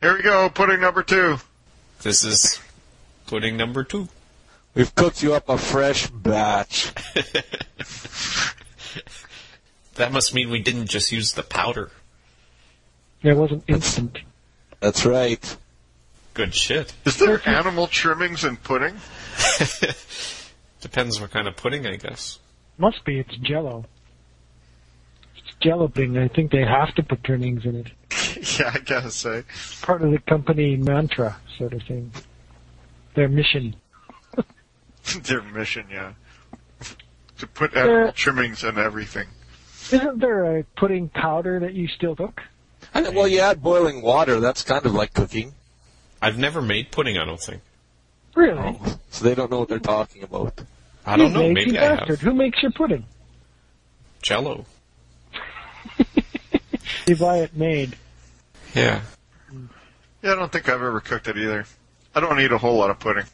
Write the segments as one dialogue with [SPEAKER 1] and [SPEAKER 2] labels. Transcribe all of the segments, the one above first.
[SPEAKER 1] Here we go, pudding number two.
[SPEAKER 2] This is pudding number two.
[SPEAKER 3] We've cooked you up a fresh batch.
[SPEAKER 2] That must mean we didn't just use the powder.
[SPEAKER 4] Yeah, it wasn't instant.
[SPEAKER 3] That's right.
[SPEAKER 2] Good shit.
[SPEAKER 1] Is there animal trimmings in pudding?
[SPEAKER 2] Depends what kind of pudding, I guess.
[SPEAKER 4] Must be. It's Jello. It's Jello thing. I think they have to put turnings in it.
[SPEAKER 1] yeah, I gotta say.
[SPEAKER 4] Part of the company mantra, sort of thing. Their mission.
[SPEAKER 1] Their mission, yeah. to put animal
[SPEAKER 4] Yeah.
[SPEAKER 1] trimmings in everything.
[SPEAKER 4] Isn't there a pudding powder that you still cook?
[SPEAKER 3] I know- well, you add boiling water. That's kind of like cooking.
[SPEAKER 2] I've never made pudding, I don't think.
[SPEAKER 4] Really?
[SPEAKER 3] So they don't know what they're talking about.
[SPEAKER 2] Oh, I don't
[SPEAKER 4] you
[SPEAKER 2] know,
[SPEAKER 4] lazy
[SPEAKER 2] maybe I
[SPEAKER 4] bastard.
[SPEAKER 2] have.
[SPEAKER 4] Who makes your pudding?
[SPEAKER 2] Jello.
[SPEAKER 4] You buy it made.
[SPEAKER 2] Yeah.
[SPEAKER 1] Yeah, I don't think I've ever cooked it either. I don't eat a whole lot of pudding.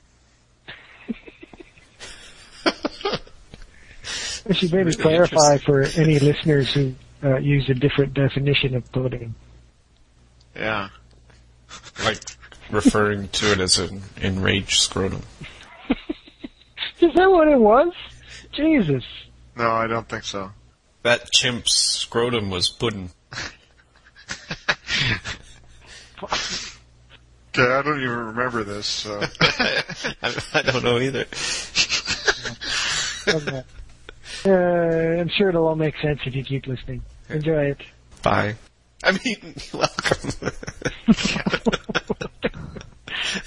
[SPEAKER 4] I should maybe
[SPEAKER 2] Really
[SPEAKER 4] clarify for any listeners who uh, use a different definition of pudding.
[SPEAKER 1] Yeah.
[SPEAKER 2] Like referring to it as an enraged scrotum.
[SPEAKER 4] Is that what it was? Jesus.
[SPEAKER 1] No, I don't think so.
[SPEAKER 2] That chimp's scrotum was pudding.
[SPEAKER 1] Okay, I don't even remember this. So.
[SPEAKER 2] I, I don't know either.
[SPEAKER 4] Okay. uh, I'm sure it'll all make sense if you keep listening. Enjoy it.
[SPEAKER 2] Bye. I mean, welcome.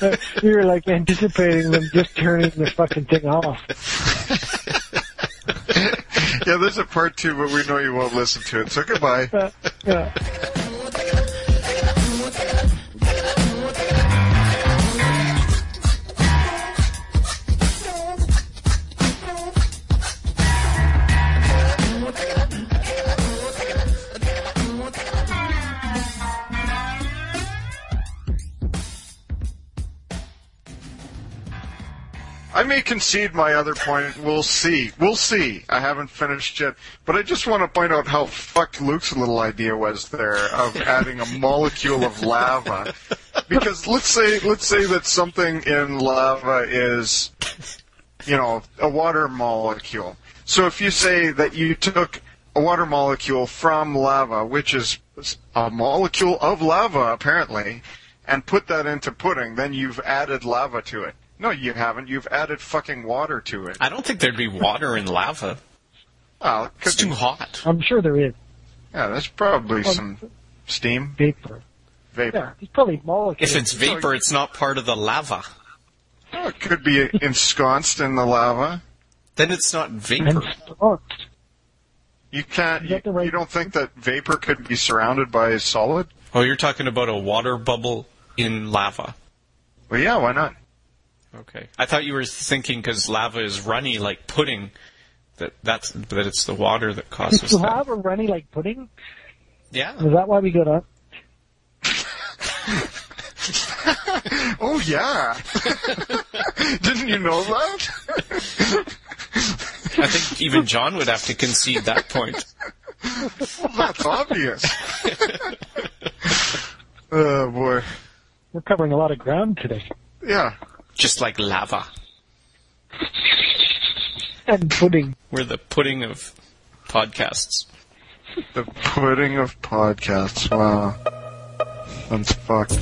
[SPEAKER 4] Uh, we were like anticipating them just turning the fucking thing off.
[SPEAKER 1] yeah, there's a part two, but we know you won't listen to it. So goodbye.
[SPEAKER 4] Uh, yeah.
[SPEAKER 1] I may concede my other point. We'll see. We'll see. I haven't finished yet. But I just want to point out how fucked Luke's little idea was there of adding a molecule of lava. Because let's say let's say that something in lava is you know, a water molecule. So if you say that you took a water molecule from lava, which is a molecule of lava apparently, and put that into pudding, then you've added lava to it. No, you haven't. You've added fucking water to it.
[SPEAKER 2] I don't think there'd be water in lava.
[SPEAKER 1] Oh, it could
[SPEAKER 2] It's too
[SPEAKER 1] be-
[SPEAKER 2] hot.
[SPEAKER 4] I'm sure there is
[SPEAKER 1] yeah, that's probably some steam
[SPEAKER 4] vapor. Yeah,
[SPEAKER 1] vapor.
[SPEAKER 4] it's probably molecules.
[SPEAKER 2] If it's vapor, it's not part of the lava.
[SPEAKER 1] Oh, it could be ensconced in the lava.
[SPEAKER 2] Then it's not vapor.
[SPEAKER 4] and sparked.
[SPEAKER 1] You can't.
[SPEAKER 4] Is
[SPEAKER 1] You,
[SPEAKER 4] that the right-
[SPEAKER 1] you don't think that vapor could be surrounded by solid?
[SPEAKER 2] Oh, you're talking about a water bubble in lava.
[SPEAKER 1] Well, yeah. Why not?
[SPEAKER 2] Okay. I thought you were thinking because lava is runny like pudding, that that's that it's the water that causes
[SPEAKER 4] Is
[SPEAKER 2] that.
[SPEAKER 4] lava runny like pudding?
[SPEAKER 2] Yeah.
[SPEAKER 4] Is that why we got up?
[SPEAKER 1] Oh yeah. Didn't you know that?
[SPEAKER 2] I think even John would have to concede that point.
[SPEAKER 1] That's obvious. oh boy.
[SPEAKER 4] We're covering a lot of ground today.
[SPEAKER 1] Yeah.
[SPEAKER 2] Just like lava.
[SPEAKER 4] And pudding.
[SPEAKER 2] We're the pudding of podcasts.
[SPEAKER 1] The pudding of podcasts. Wow. That's fucked.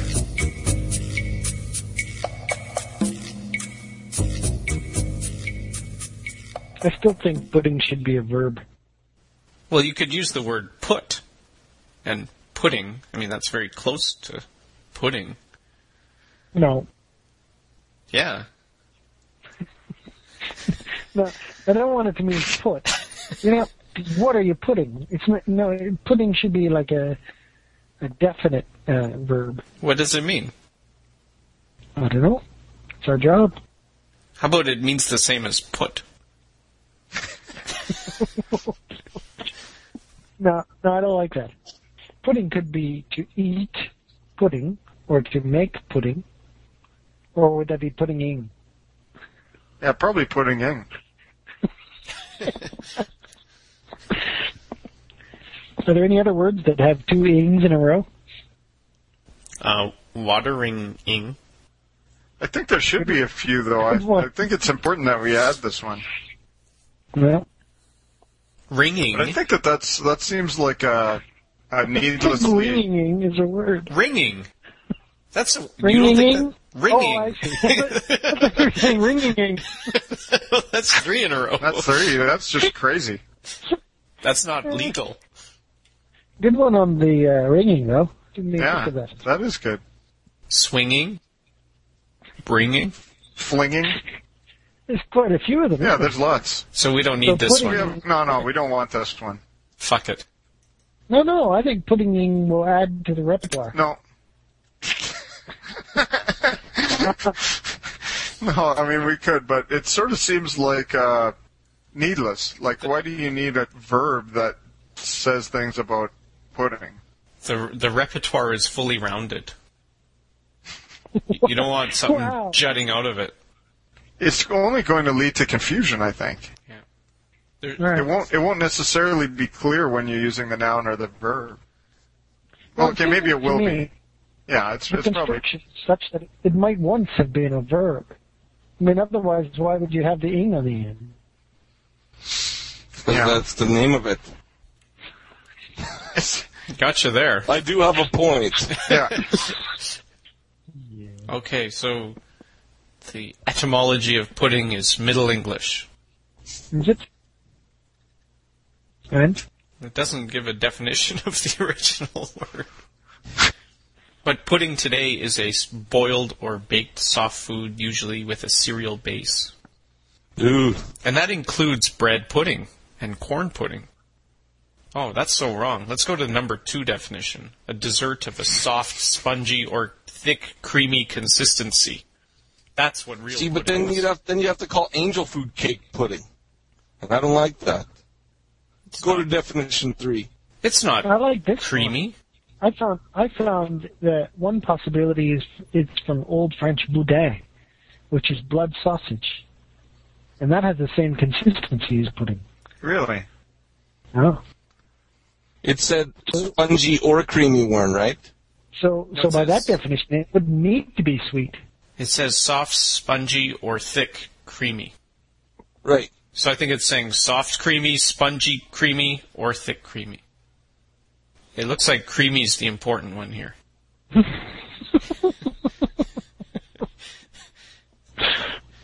[SPEAKER 4] I still think pudding should be a verb.
[SPEAKER 2] Well, you could use the word put and pudding. I mean, that's very close to pudding.
[SPEAKER 4] No.
[SPEAKER 2] Yeah.
[SPEAKER 4] No, I don't want it to mean put. You know, what are you putting? It's not, no, pudding should be like a, a definite uh, verb.
[SPEAKER 2] What does it mean?
[SPEAKER 4] I don't know. It's our job.
[SPEAKER 2] How about it means the same as put?
[SPEAKER 4] No, no, I don't like that. Pudding could be to eat pudding or to make pudding, or would that be pudding in?
[SPEAKER 1] Yeah, probably pudding in.
[SPEAKER 4] Are there any other words that have two ings in a row?
[SPEAKER 2] Uh, watering ing.
[SPEAKER 1] I think there should be a few, though. I, I think it's important that we add this one.
[SPEAKER 4] Well,
[SPEAKER 2] Ringing.
[SPEAKER 1] But I think that that's that seems like a, a needlessly.
[SPEAKER 4] gleaning is a word.
[SPEAKER 2] ringing. That's a, you don't
[SPEAKER 4] Ringing.
[SPEAKER 2] think that, ringing.
[SPEAKER 4] Oh, I see. I thought you were saying ringing.
[SPEAKER 2] that's three in a row.
[SPEAKER 1] That's thirty. That's just crazy.
[SPEAKER 2] That's not legal.
[SPEAKER 4] Good one on the uh, ringing though. Didn't even
[SPEAKER 1] Yeah,
[SPEAKER 4] think of that.
[SPEAKER 1] that is good.
[SPEAKER 2] Swinging. Bringing.
[SPEAKER 1] Flinging.
[SPEAKER 4] There's quite a few of them.
[SPEAKER 1] Yeah,
[SPEAKER 4] isn't
[SPEAKER 1] there's lots.
[SPEAKER 2] So we don't need this
[SPEAKER 4] putting-
[SPEAKER 1] We
[SPEAKER 2] one.
[SPEAKER 1] have, no, no, we don't want this one.
[SPEAKER 2] Fuck it.
[SPEAKER 4] there? No, no. I think putting in will add to the repertoire.
[SPEAKER 1] No. no, I mean we could, but it sort of seems like uh, needless. Like, why do you need a verb that says things about pudding?
[SPEAKER 2] The the repertoire is fully rounded. You don't want something
[SPEAKER 4] Wow.
[SPEAKER 2] jutting out of it.
[SPEAKER 1] It's only going to lead to confusion, I think.
[SPEAKER 2] There-
[SPEAKER 1] It
[SPEAKER 4] Right.
[SPEAKER 1] won't. It won't necessarily be clear when you're using the noun or the verb. Well, okay, maybe it will
[SPEAKER 4] to
[SPEAKER 1] be.
[SPEAKER 4] me,
[SPEAKER 1] Yeah, it's
[SPEAKER 4] The
[SPEAKER 1] it's probably
[SPEAKER 4] construction is such that it might once have been a verb. I mean, otherwise, why would you have the ing on the end?
[SPEAKER 5] Because
[SPEAKER 1] Yeah.
[SPEAKER 5] that's the name of it.
[SPEAKER 2] Gotcha there.
[SPEAKER 5] I do have a point.
[SPEAKER 1] yeah.
[SPEAKER 2] Okay, so the etymology of pudding is Middle English.
[SPEAKER 4] Is it? And
[SPEAKER 2] It doesn't give a definition of the original word. But pudding today is a s- boiled or baked soft food, usually with a cereal base.
[SPEAKER 5] Ooh,
[SPEAKER 2] And that includes bread pudding and corn pudding. Oh, that's so wrong. Let's go to the number two definition. A dessert of a soft, spongy, or thick, creamy consistency. That's what real
[SPEAKER 5] see, but
[SPEAKER 2] pudding
[SPEAKER 5] then
[SPEAKER 2] is.
[SPEAKER 5] you have then you have to call angel food cake pudding, and I don't like that. Go to definition three.
[SPEAKER 2] It's not
[SPEAKER 4] I like this. one.
[SPEAKER 2] creamy.
[SPEAKER 4] I found I found that one possibility is it's from Old French boudin, which is blood sausage, and that has the same consistency as pudding.
[SPEAKER 1] Really?
[SPEAKER 4] Oh,
[SPEAKER 5] It said spongy or creamy one, right?
[SPEAKER 4] so
[SPEAKER 2] No,
[SPEAKER 4] so
[SPEAKER 2] it
[SPEAKER 4] by that
[SPEAKER 2] says-
[SPEAKER 4] definition, it would need to be sweet.
[SPEAKER 2] It says soft, spongy, or thick, creamy.
[SPEAKER 5] Right.
[SPEAKER 2] So I think it's saying soft, creamy, spongy, creamy, or thick, creamy. It looks like creamy's the important one here.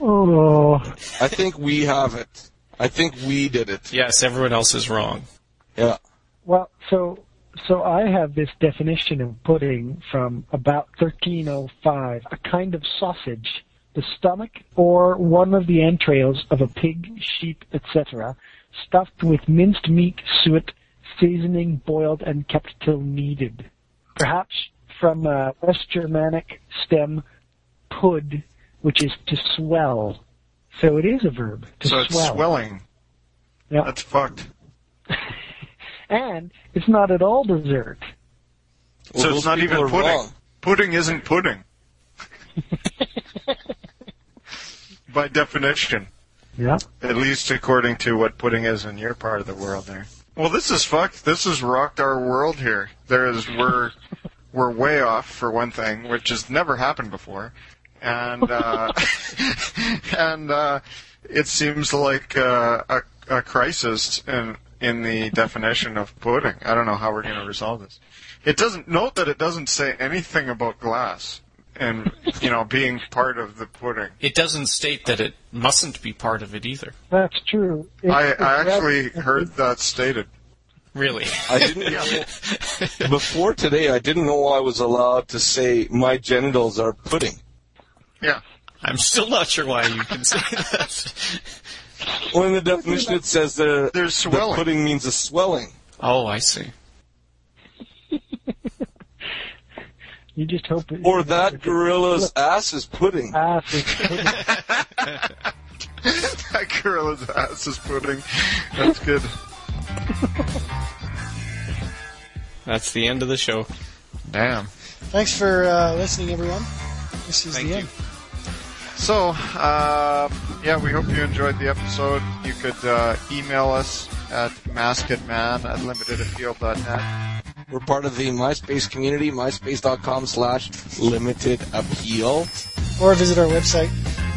[SPEAKER 4] Oh,
[SPEAKER 5] I think we have it. I think we did it.
[SPEAKER 2] Yes, everyone else is wrong.
[SPEAKER 5] Yeah.
[SPEAKER 4] well, so so I have this definition of pudding from about 1305, a kind of sausage, the stomach or one of the entrails of a pig, sheep, etc., stuffed with minced meat, suet, seasoning, boiled and kept till needed. Perhaps from a West Germanic stem pud, which is to swell. So it is a verb to
[SPEAKER 1] So it's
[SPEAKER 4] swell.
[SPEAKER 1] swelling.
[SPEAKER 4] Yeah.
[SPEAKER 1] That's fucked.
[SPEAKER 4] and it's not at all dessert.
[SPEAKER 5] Well,
[SPEAKER 1] so
[SPEAKER 5] those
[SPEAKER 1] it's not
[SPEAKER 5] people
[SPEAKER 1] even
[SPEAKER 5] are
[SPEAKER 1] pudding.
[SPEAKER 5] wrong.
[SPEAKER 1] Pudding isn't pudding. By definition,
[SPEAKER 4] Yeah.
[SPEAKER 1] at least according to what pudding is in your part of the world there. Well, this is fucked. This has rocked our world here. There is we're we're way off for one thing, which has never happened before, and uh, and uh, it seems like uh, a, a crisis in in the definition of pudding. I don't know how we're going to resolve this. It doesn't note that it doesn't say anything about glass and you know being part of the pudding.
[SPEAKER 2] It doesn't state that it mustn't be part of it either.
[SPEAKER 4] That's true. It-
[SPEAKER 1] I,
[SPEAKER 4] it's
[SPEAKER 1] I
[SPEAKER 4] rather-
[SPEAKER 1] actually heard that stated.
[SPEAKER 2] Really.
[SPEAKER 5] I didn't know. Before today, I didn't know I was allowed to say my genitals are pudding.
[SPEAKER 1] Yeah.
[SPEAKER 2] I'm still not sure why you can say that.
[SPEAKER 5] Well, in the definition, it says the,
[SPEAKER 1] There's
[SPEAKER 5] the
[SPEAKER 1] swelling.
[SPEAKER 5] pudding means a swelling.
[SPEAKER 2] Oh, I see.
[SPEAKER 4] You just hope it,
[SPEAKER 5] Or that gorilla's ass is pudding.
[SPEAKER 4] Ah, so-
[SPEAKER 1] that gorilla's ass is pudding. That's good.
[SPEAKER 2] That's the end of the show.
[SPEAKER 1] Damn.
[SPEAKER 6] Thanks for uh, listening, everyone. This is
[SPEAKER 2] Thank
[SPEAKER 6] the
[SPEAKER 2] you.
[SPEAKER 6] end.
[SPEAKER 1] So, uh, yeah, we hope you enjoyed the episode. You could uh, email us at maskedman at limitedappeal.net.
[SPEAKER 5] We're part of the MySpace community, myspace.com slash limited appeal.
[SPEAKER 6] Or visit our website,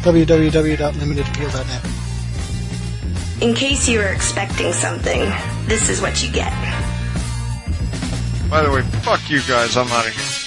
[SPEAKER 6] www.limitedappeal.net.
[SPEAKER 7] In case you were expecting something, this is what you get.
[SPEAKER 1] By the way, fuck you guys. I'm out of here.